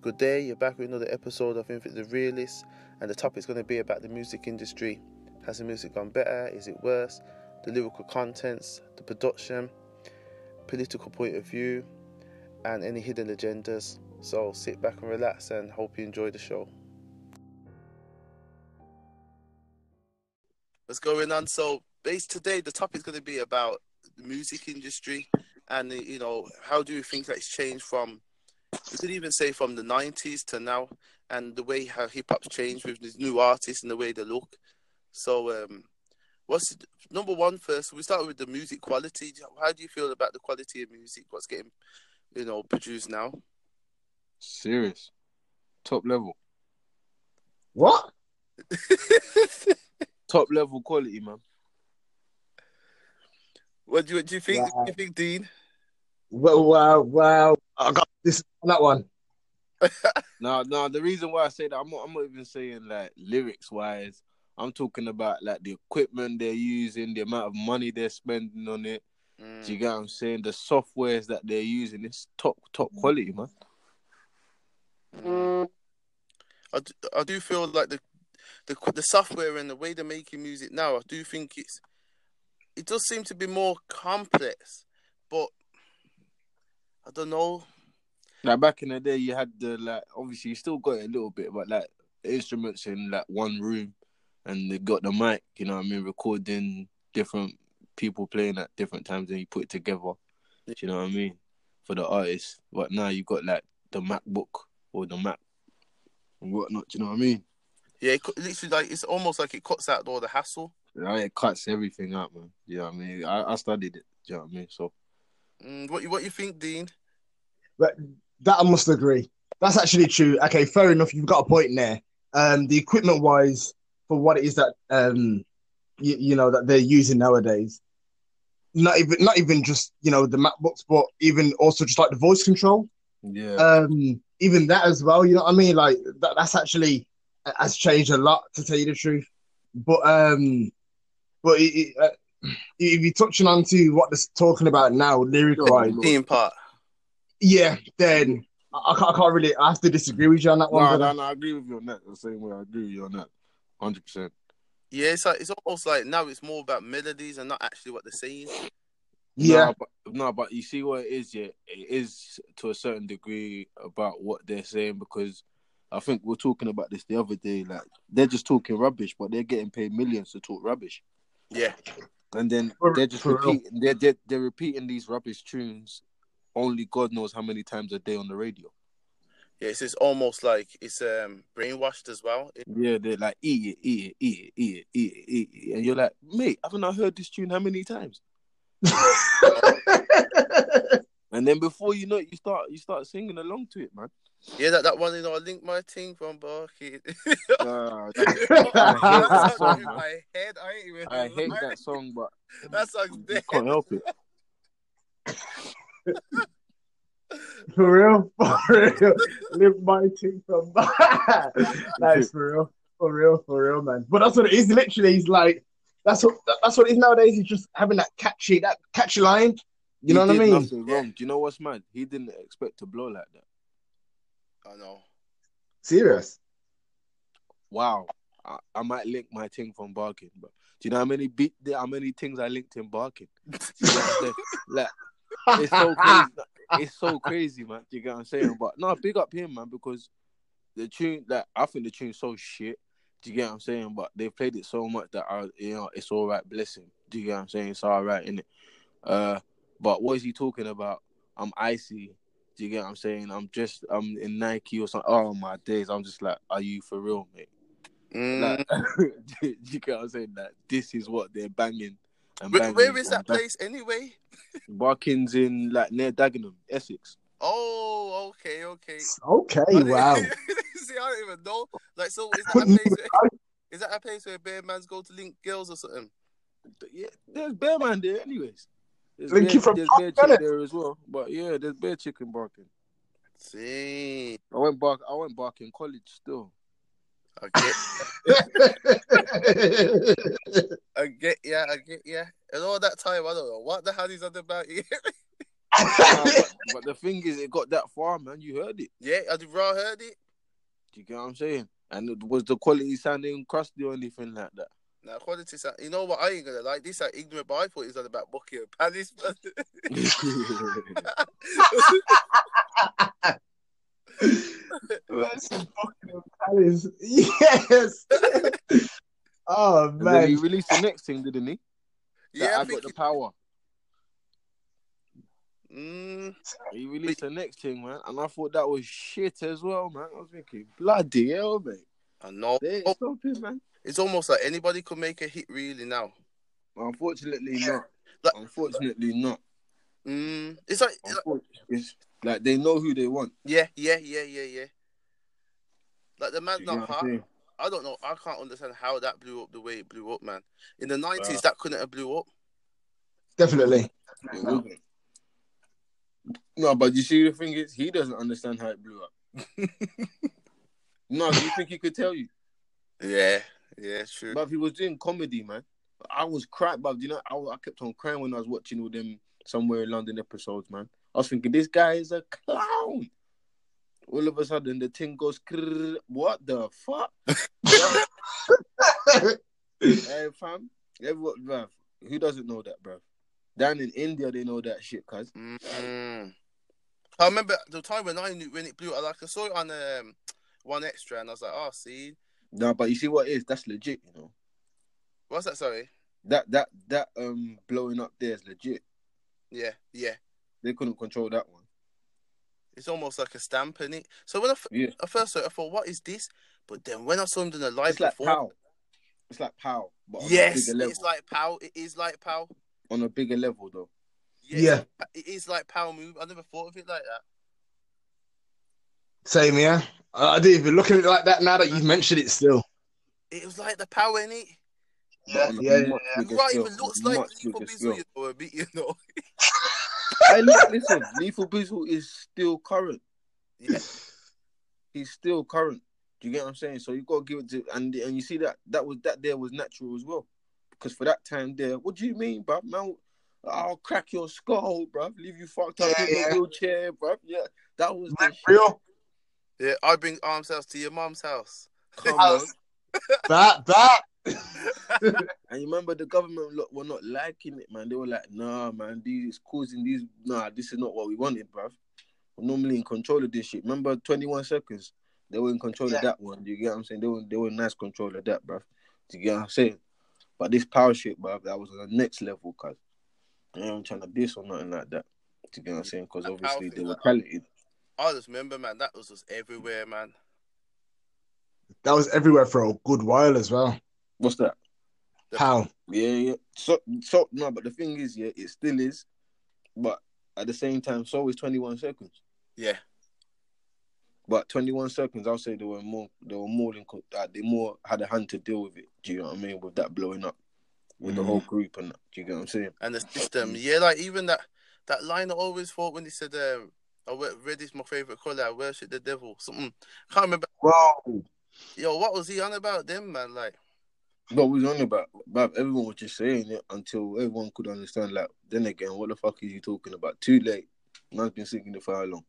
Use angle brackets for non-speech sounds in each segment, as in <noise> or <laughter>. Good day, you're back with another episode of Infinite the Realist, and the topic's going to be about the music industry. Has the music gone better? Is it worse? The lyrical contents, the production, political point of view, and any hidden agendas. So sit back and relax, and hope you enjoy the show. What's going on? So, based today, the topic's going to be about the music industry, and you know, how do you think that's changed from you could even say from the 90s to now and the way how hip hop's changed with these new artists and the way they look so um what's number one first we start with the music quality how do you feel about the quality of music what's getting you know produced now Serious. Top level. What? Top level quality, man. <laughs> what do you, do you think Wow. do you think dean Wow, wow, wow. I got this on that one. Now, now the reason why I say that, I'm not, I'm not even saying like lyrics wise. I'm talking about like the equipment they're using, the amount of money they're spending on it. Do you Mm. get what I'm saying? The softwares that they're using, it's top top quality, man. I, do, I do feel like the, the the software and the way they're making music now i do think it's it does seem to be more complex but i don't know Like back in the day, you had the like obviously you still got it a little bit, but like instruments in like one room, and they got the mic. You know what I mean? Recording different people playing at different times, and you put it together. Do you know what I mean? For the artist, but now you got like the MacBook or the Mac and whatnot. Do you know what I mean? Yeah, it, cu- literally, like it's almost like it cuts out all the hassle. Like, it cuts everything out, man. Do you know what I mean? I, I studied it. Do you know what I mean? So Mm, what you what you think, Dean? That I must agree. That's actually true. Okay, fair enough. You've got a point there. Um, the equipment wise, for what it is that um, you, you know that they're using nowadays, not even not even just you know the MacBooks, but even also just like the voice control. yeah, um even that as well you know what i mean like that, that's actually uh, has changed a lot to tell you the truth but um but it, it, uh, if you're touching on to what they're talking about now lyric wise Dean part. yeah then I, I can't, I can't really i have to disagree with you on that one no, brother. no, no. I agree with you on that. The same way I agree with you on that, hundred percent. Yeah, it's like it's almost like now it's more about melodies and not actually what they're saying. yeah <laughs> No, but, no, but you see what it is, yeah? It is to a certain degree about what they're saying because I think we we're talking about this the other day. Like, they're just talking rubbish, but they're getting paid millions to talk rubbish. Yeah, And then For- they're just for real. repeating, they're, they're, they're repeating these rubbish tunes only God knows how many times a day on the radio. yeah, it's, it's almost like it's um brainwashed as well. It- Yeah, they're like, eat it, eat it, eat it, eat it, eat it, eat it. And you're like, mate, haven't I heard this tune how many times? And then before you know it, you start you start singing along to it, man. yeah, that, that one you know, I link my ting from Barking. <laughs> <laughs> Nah, that song in man. my head, I ain't even. I hate that song, but <laughs> That song's you dead. can't help it. for real <laughs> for real live my teeth from <laughs> that's for real for real for real man but that's what it is literally it's like that's what that's what it is nowadays he's just having that catchy that catchy line You know He what I did mean? Nothing wrong. Do you know what's mad? He didn't expect to blow like that. I know. serious Wow, I, I might link my thing from barking, but do you know how many beat how many things I linked in barking? like <laughs> it's <laughs> so crazy. It's so crazy, man. Do you get what I'm saying? But no, big up him, man, because the tune like I think the tune's so shit. Do you get what I'm saying? But they've played it so much that I, you know, it's all right. Bless him. Do you get what I'm saying? It's all right, innit? Uh, but what is he talking about? I'm icy. Do you get what I'm saying? I'm just I'm in Nike or something. Oh my days! I'm just like, are you for real, mate? Mm. Like, <laughs> do you get what I'm saying? Like, this is what they're banging. And Where- banging where is and that banging. place anyway? Barkins in like near Dagenham, Essex. Oh, okay, okay. okay I didn't- <laughs> <laughs> wow <laughs> See, I don't even know. Like, so is that a place? Where, is that a place where bear mans go to link girls or something? Yeah, there's bear man there, anyways. There's Linky bear, from there's bear Barking, chick innit? there as well. But yeah, there's bear chicken barking. See, I went bark. I went bark in college <laughs> still. I get, I get, yeah, I get, yeah. And all that time, I don't know what the hell he's on about. Nah, but, but the thing is, it got that far, man. You heard it. <laughs> Yeah, I did raw heard it. Do you get what I'm saying? And it was the quality sounding crusty or anything like that? <laughs> Now quality sound. You know what? I ain't gonna like this. Are ignorant, but I thought it was on about Buckingham Palace. <laughs> That's fucking Palace. <laughs> Yes. <laughs> oh And then he man. released the next thing, didn't he? That yeah, I I think. got the power. it- mm, He released the next thing, man, and I thought that was shit as well, man. I was thinking, bloody hell, mate. I know. They ain't Oh. stopping, man. It's almost like anybody could make a hit really now. Unfortunately Yeah. not. Like- Unfortunately not. Mm, it's like, it's like- Unfortunately, it's like they know who they want. yeah, yeah, yeah, yeah, yeah. Like the man's You know not what I'm hard. saying? I don't know. I can't understand how that blew up the way it blew up, man. In the nineties, Wow. that couldn't have blew up. Definitely. <laughs> It wasn't. No, but you see, the thing is, he doesn't understand how it blew up. <laughs> no, do you think he could tell you? Yeah, yeah, true. But he was doing comedy, man. I was crying, but you know, I, was- I kept on crying when I was watching all them somewhere in London episodes, man. I was thinking, this guy is a clown. All of a sudden, the thing goes, "Krrr." what the fuck? hey, fam, everyone, bruv, who doesn't know that, bruv? Down in India, they know that shit, cuz. Mm. I remember the time when I knew when it blew. I like I saw it on um, one extra, and I was like, "Oh, see, Nah, but you see what it is? That's legit, you know. what's that?" Sorry. That that that um blowing up there is legit. Yeah, yeah. They couldn't control that one. It's almost like a stamp in it. So when I, f- Yeah. I first saw it, I thought, "What is this?" But then when I saw him in the live It's like before, pow. It's like pow, but on a yes, bigger level. it's like pow. It is like pow. on a bigger level though. Yes, it is like power move. I never thought of it like that. Same here. I I didn't even look at it like that now that you've mentioned it still. It was like the power in it. But on a yeah, yeah, much bigger Right, scale, even looks much like Lethal bigger Bizzle, scale. you know, a bit, you know. <laughs> Hey, look, listen, Lethal Bizzle is still current. Yeah, He's still current. Do you get what I'm saying? So you gotta give it to and and you see that that was that there was natural as well, because for that time there, what do you mean, bruv? Man, I'll crack your skull, bruv. Leave you fucked up Yeah, in yeah. the wheelchair, bruv. Yeah, that was the shit. Real? yeah. I bring arms house to your mom's house. Come on. That, that. And you remember the government lo- were not liking it, man. They were like, nah, man, these is causing these. Nah, this is not what we wanted, bruv. We're normally in control of this shit. Remember 21 seconds? They were in control Yeah. of that one. Do you get what I'm saying? They were, they were in nice control of that, bruv. Do you get what I'm saying? But this power shit, bruv, that was on the next level, cuz. I ain't trying to diss or nothing like that. Do you get what I'm saying? Because That obviously power they thing, were that- talented. I just remember, man, that was just everywhere, man. That was everywhere for a good while as well. What's that? How? Yeah, yeah. So, so, no, but the thing is, yeah, it still is. But at the same time, so is 21 seconds. Yeah, But 21 seconds, I'll say they were more, they were more in, co- uh, they more had a hand to deal with it. Do you know what I mean? With that blowing up, with the Mhm. whole group and that. Do you get what I'm saying? and the system. Mm. Yeah, like even that that line I always thought when he said, um, "I wor- red is my favorite color. I worship the devil." Something. Can't remember. Whoa. Yo, what was he on about then, man? Like, But we was on about, but everyone was just saying it until everyone could understand. Like, then again, what the fuck are you talking about? Too late. Man's been singing it for how long?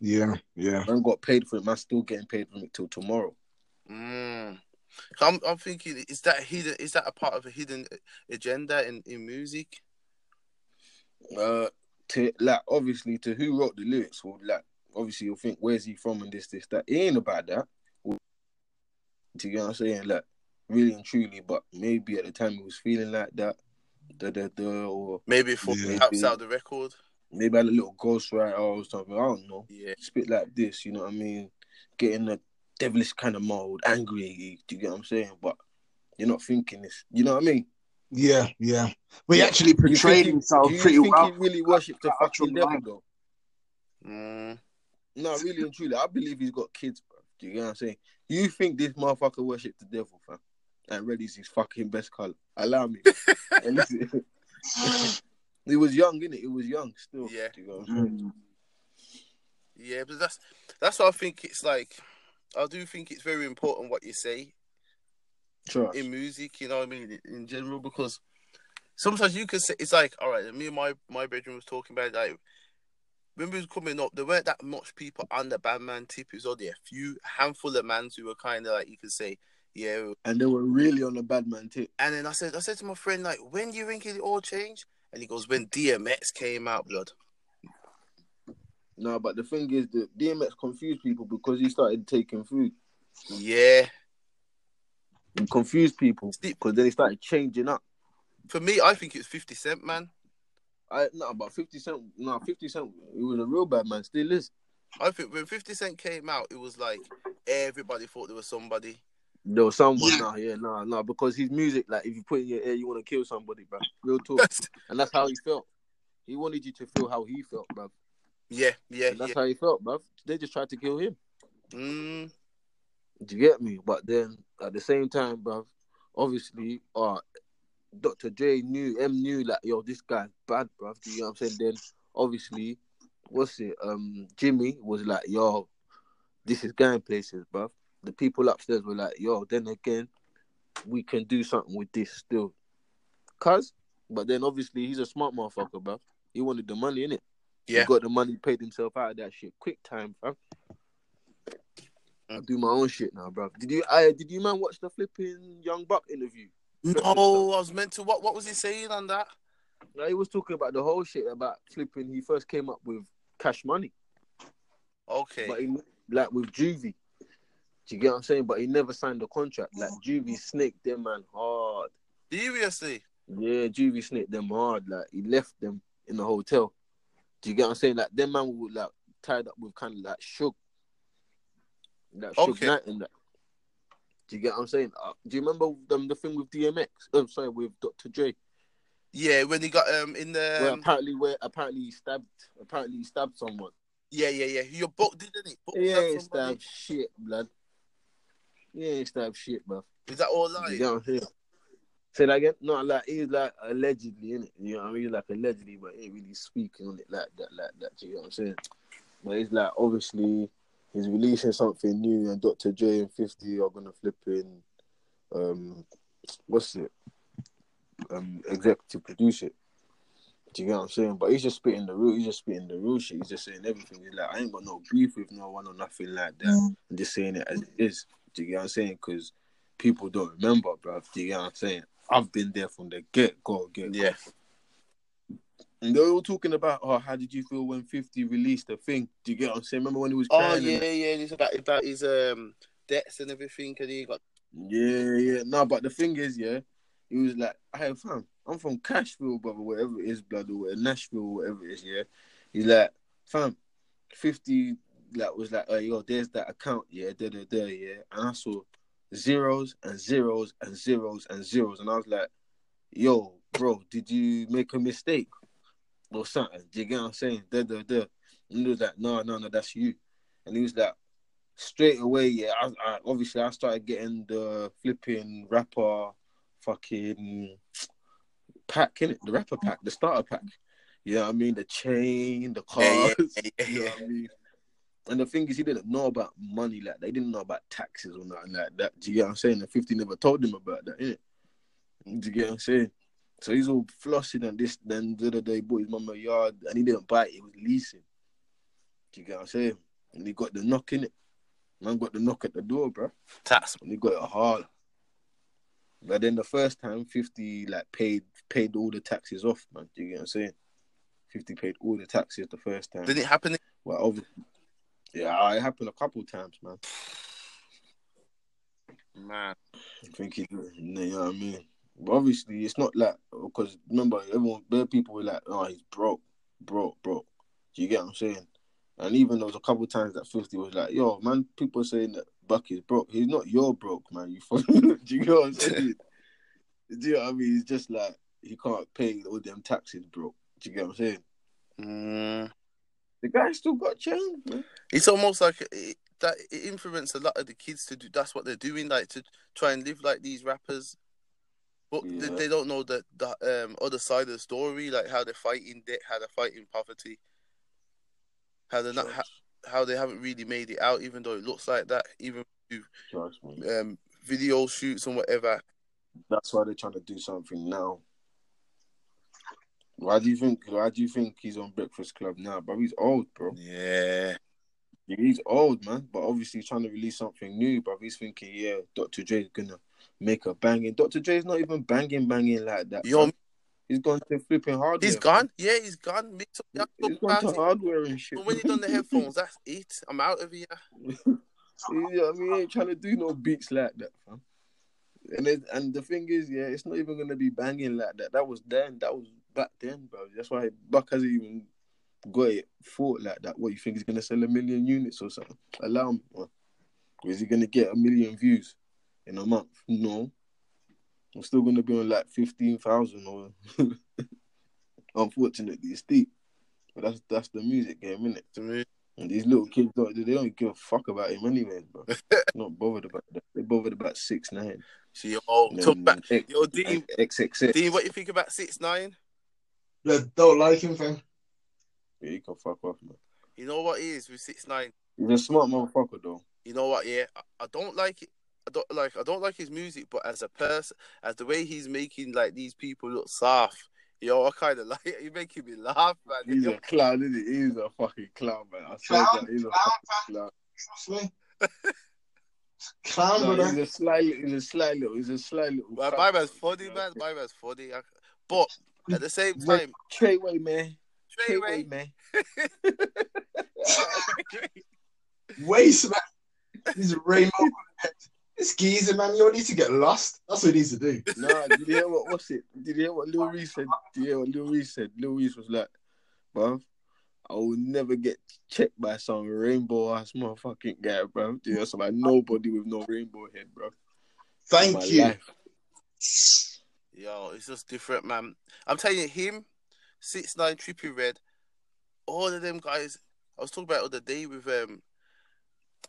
Yeah, yeah. Man got paid for it. Man's still getting paid from it till tomorrow. Mm. I'm, I'm thinking, is that hidden? Is that a part of a hidden agenda in, in music? Uh, to like obviously to who wrote the lyrics well like obviously you'll think where's he from and this this that it ain't about that do you know what I'm saying like really and truly but maybe at the time he was feeling like that da da da or Maybe for Yeah. outside the record. maybe I had a little ghostwriter or something I don't know Yeah, spit like this you know what I mean getting a devilish kind of mold angry do you get what I'm saying but you're not thinking this you know what I mean Yeah, yeah. But he Yeah. actually you portrayed think himself he, do pretty you think well. he really worshipped the That actual fucking devil line. though mm. No, really and truly, I believe he's got kids, bro. Do you get what I'm saying? You think this motherfucker worshipped the devil, fam? And red is his fucking best color. Allow me. At least <laughs> it, it was young, innit? It was young still. Yeah. Do you know what I'm saying? Mm. yeah. But that's that's what I think. It's like I do think it's very important what you say Trust. in music. You know what I mean? In, in general, because sometimes you can say it's like, all right, me and my my bedroom was talking about like remember it was coming up, there weren't that much people on the Badman tip. It was only a few handful of mans who were kind of like you could say, yeah. And they were really on the bad man tip. And then I said, I said to my friend, like, when do you think it all changed? And he goes, when DMX came out, blood. No, but the thing is that DMX confused people because he started taking food. Yeah. He confused people because then he started changing up. For me, I think it's 50 Cent, man. I no, but Fifty Cent, no, Fifty Cent, he was a real bad man. Still is. I think when 50 Cent came out, it was like everybody thought there was somebody. <laughs> No, someone, yeah. no, yeah, no, no, because his music, like, if you put in your ear, you want to kill somebody, bro. Real <laughs> talk, and that's how he felt. He wanted you to feel how he felt, bro. Yeah, yeah, And that's yeah. how he felt, bro. They just tried to kill him. Mm, Do you get me? But then at the same time, bro, obviously, uh, Dr. J knew, M knew, like, yo, this guy's bad, bro. Do you know what I'm saying? Then obviously, what's it? Um, Jimmy was like, yo, this is going places, bro. The people upstairs were like, yo, then again, we can do something with this still. Cuz, but then obviously, he's a smart motherfucker, bro. He wanted the money, innit? Yeah. He got the money, paid himself out of that shit. Quick time, bro. I do my own shit now, bro. Did you, I, did you man watch the flipping Young Buck interview? no, I was meant to. What What was he saying on that? No, he was talking about the whole shit about flipping. He first came up with cash money, Okay. but he, like with Juvie. Do you get what I'm saying? But he never signed the contract. Like Juvie snaked them man hard. Seriously. Yeah, Juvie snaked them hard. Like he left them in the hotel. Do you get what I'm saying? Like them man were like tied up with kind of like shook, like shook Okay. Knight and that. Do you get what I'm saying? Uh, do you remember um, the thing with DMX? I'm Oh, sorry, with Dr. J. Yeah, when he got um in the where apparently, where apparently he stabbed, apparently he stabbed someone. yeah yeah yeah your book didn't it? Book Yeah, stabbed ain't somebody. stab shit, blood. Yeah, ain't stab shit, bruv. Is that all You lies? know what I'm saying? Say that again? No, like he's like allegedly in it. You know what I mean? He's like allegedly, but he ain't really speaking on it like that, like that. You know what I'm saying? But it's like obviously he's releasing something new, and Dr. J and Fifty are gonna flip in. Um, what's it? Um, executive produce it. Do you get what I'm saying? But he's just spitting the real. He's just spitting the real shit. He's just saying everything. He's like, I ain't got no beef with no one or nothing like that. Mm. I'm just saying it as it is. Do you get what I'm saying? Because people don't remember, bruv. Do you get what I'm saying? I've been there from the get go, get go. Yeah. And they were all talking about, oh, how did you feel when 50 released the thing? Do you get what I'm saying? Remember when he was crying? Oh and yeah that? yeah. It's about about his um debts and everything. And he got Yeah, yeah. No, but the thing is, yeah, he was like, hey, fam, I'm from Cashville, brother, whatever it is, blood, or whatever, Nashville, whatever it is, yeah. He's like, fam, 50 like was like, oh, yo, there's that account, yeah, da da da, yeah. And I saw zeros and zeros and zeros and zeros. And I was like, yo, bro, did you make a mistake or something? Do you get what I'm saying? Da da da. And he was like, no, no, no, that's you. And he was like, straight away, yeah. I, I obviously I started getting the flipping rapper, fucking pack in it, the rapper pack, the starter pack. You know what I mean? The chain, the cars. Yeah, yeah, yeah, You know what I mean? And the thing is, he didn't know about money like that. He didn't know about taxes or nothing like that. Do you get what I'm saying? The 50 never told him about that, innit? Do you get what I'm saying? So he's all flossing and this, then the other day, he bought his mum a yard and he didn't buy it, he was leasing. Do you get what I'm saying? And he got the knock in it. Man got the knock at the door, bro. tax. And he got it hard. But then the first time, 50 like paid paid all the taxes off, man. Do you get what I'm saying? 50 paid all the taxes the first time. Didn't it happen? Well, obviously, yeah, it happened a couple times, man. Man. I think it, you know what I mean? But obviously, it's not like because remember, everyone, bare people were like, "Oh, he's broke, broke, broke." Do you get what I'm saying? And even there was a couple of times that Fifty was like, "Yo, man, people saying that Buck is broke. He's not. You're broke, man. You <laughs> fuck." Do you get what I'm <laughs> saying? Do you know what I mean? He's just like he can't pay all them taxes, broke. Do you get what I'm saying? Mm. The guy still got change, man. It's almost like it, that. It influenced a lot of the kids to do. That's what they're doing, like to try and live like these rappers. But Yeah. they, they don't know the, the um, other side of the story, like how they're fighting debt, how they're fighting poverty, how they're not, how, Trust- how they haven't really made it out, even though it looks like that. Even trust me. um, video shoots and whatever. That's why they're trying to do something now. Why do you think? Why do you think he's on Breakfast Club now? But he's old, bro. Yeah. He's old, man. But obviously, he's trying to release something new. But he's thinking, yeah, Dr. Dre's gonna make a banging. Dr. Dre's not even banging, banging like that. Yo, man. he's gone to flipping hardware. he's gone. Yeah, he's gone. Me too. Yeah, He's, I'm gone about to it. hardware and shit. But when you done the headphones, that's it. I'm out of <laughs> here. You know what I mean? He ain't trying to do no beats like that, fam. And it, and the thing is, yeah, it's not even gonna be banging like that. That was then. That was back then, bro. That's why Buck hasn't even got it thought like that. What you think he's gonna sell a million units or something? Allow me. Bro. Is he gonna get a million views in a month? No. I'm still gonna be on like fifteen thousand or. <laughs> Unfortunately, it's deep. But that's that's the music game, innit? To me, And these little kids don't they don't give a fuck about him anyway, <laughs> bro. Not bothered about that. They bothered about six nine. she oh, talk back. Yo, Dean, XXX. Dean, what you think about six nine? Yeah, don't like him, fam. Yeah, you can fuck off, man. You know what he is with six nine. He's a smart motherfucker though. You know what? Yeah, I, I don't like it. I don't like. I don't like his music, but as a person, as the way he's making like these people look soft. Yo, I kind of <laughs> like it. You're making me laugh, man. He's a clown, isn't he? He's a fucking clown, man. I swear Clown, that he's a clown, fucking clown. Trust me. <laughs> Clown, No, brother. he's a sly he's a sly little he's a sly little My, fuck, my man's bro. funny, man. My man's funny. I- But at the same time, Trayway man. Trey Trayway Wayne, man. Waste man. He's a <laughs> rainbow. This geezer man, you need to get lost. That's what he needs <laughs> to do. Nah, did you hear what what's it? Did you hear what Lil Reese said? Did you hear what Lil Reese said? Lil Reese was like, bruv, I will never get checked by some rainbow ass motherfucking guy, bruv. Yeah, so like nobody with no rainbow head, bruv. Thank My you. life. yo, it's just different, man. I'm telling you, him, six nine, trippy red, all of them guys. I was talking about the other day with um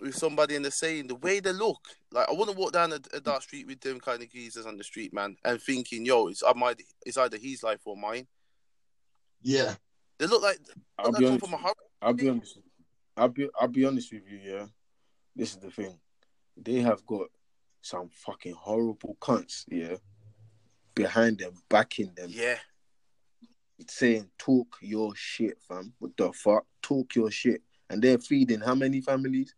with somebody and they're saying the way they look, like I wouldn't walk down a, a dark street with them kind of geezers on the street, man, and thinking, yo, it's I might, it's either his life or mine. Yeah. They look like I'll they be come honest. from a horror. I'll be honest. I'll be I'll be honest with you, yeah. This is the thing. They have got some fucking horrible cunts, yeah. Behind them, backing them, Yeah, saying talk your shit, fam. What the fuck? Talk your shit. And they're feeding how many families?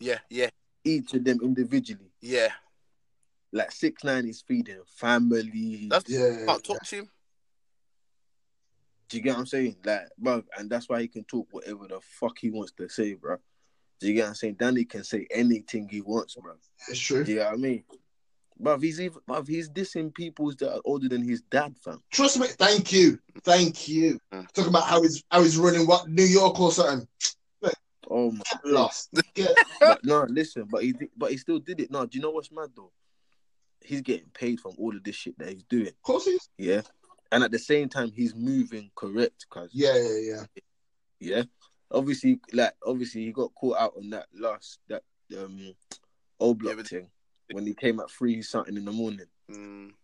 yeah, yeah, Each of them individually. yeah. Like six nine is feeding family. That's Yeah. can't touch him. Do you get what I'm saying? Like, bro, and that's why he can talk whatever the fuck he wants to say, bro. Do you get what I'm saying? Danny can say anything he wants, bro. It's true. Do you get what I mean? Bruv, he's even bruv, he's dissing peoples that are older than his dad, fam. Trust me. Thank you. Thank you. Mm. Talking about how he's how he's running what New York or something. Oh my Get lost. Get but no, listen, but he did- but he still did it. No, do you know what's mad though? He's getting paid from all of this shit that he's doing. of course he's Yeah. And at the same time he's moving correct, cuz yeah, yeah, yeah. Yeah. Obviously, like obviously he got caught out on that last that um old block Yeah, but- thing when he came at three something in the morning. Mm,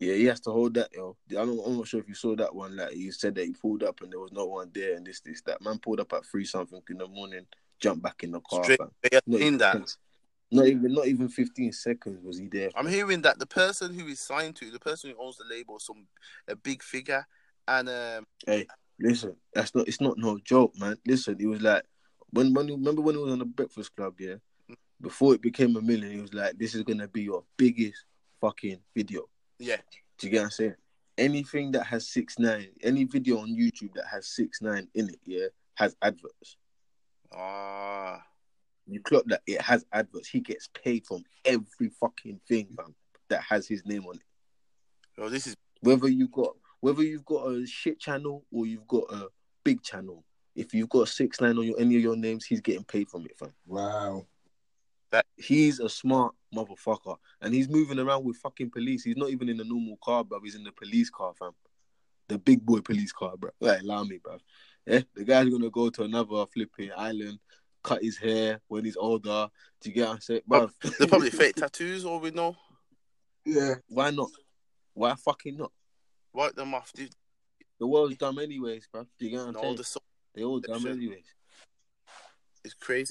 Yeah, he has to hold that, yo. I don't, I'm not sure if you saw that one. Like you said that he pulled up and there was no one there, and this, this, that. Man pulled up at three something in the morning, jumped back in the car. Straight fam. yeah, Not in even, that. 10 not even, not even fifteen seconds was he there. I'm hearing that the person who is signed to, the person who owns the label, is some a big figure, and um, Listen, that's not it's not no joke, man. Listen, he was like when when remember when he was on the Breakfast Club, yeah. Before it became a million, he was like, "This is gonna be your biggest fucking video." yeah, Do you get what I'm saying? Anything that has six nine, any video on YouTube that has six nine in it, yeah, has adverts. ah, You clock that it has adverts. He gets paid from every fucking thing, man, that has his name on it. yo, this is Whether you got whether you've got a shit channel or you've got a big channel, if you've got six nine on your any of your names, he's getting paid from it, fam. Wow. He's a smart motherfucker, and he's moving around with fucking police. He's not even in a normal car, bruv. He's in the police car, fam. The big boy police car, bruv. Like, allow me, bruv. Yeah, the guy's gonna go to another flipping island, cut his hair when he's older. Do you get what I'm saying, bruv? they're probably fake tattoos, all we know. Yeah. <laughs> Why not? Why fucking not? Wipe them off. Dude. The world's dumb anyways, bruv. Do you get what I'm No, saying? the song They all dumb Sure. anyways. is crazy.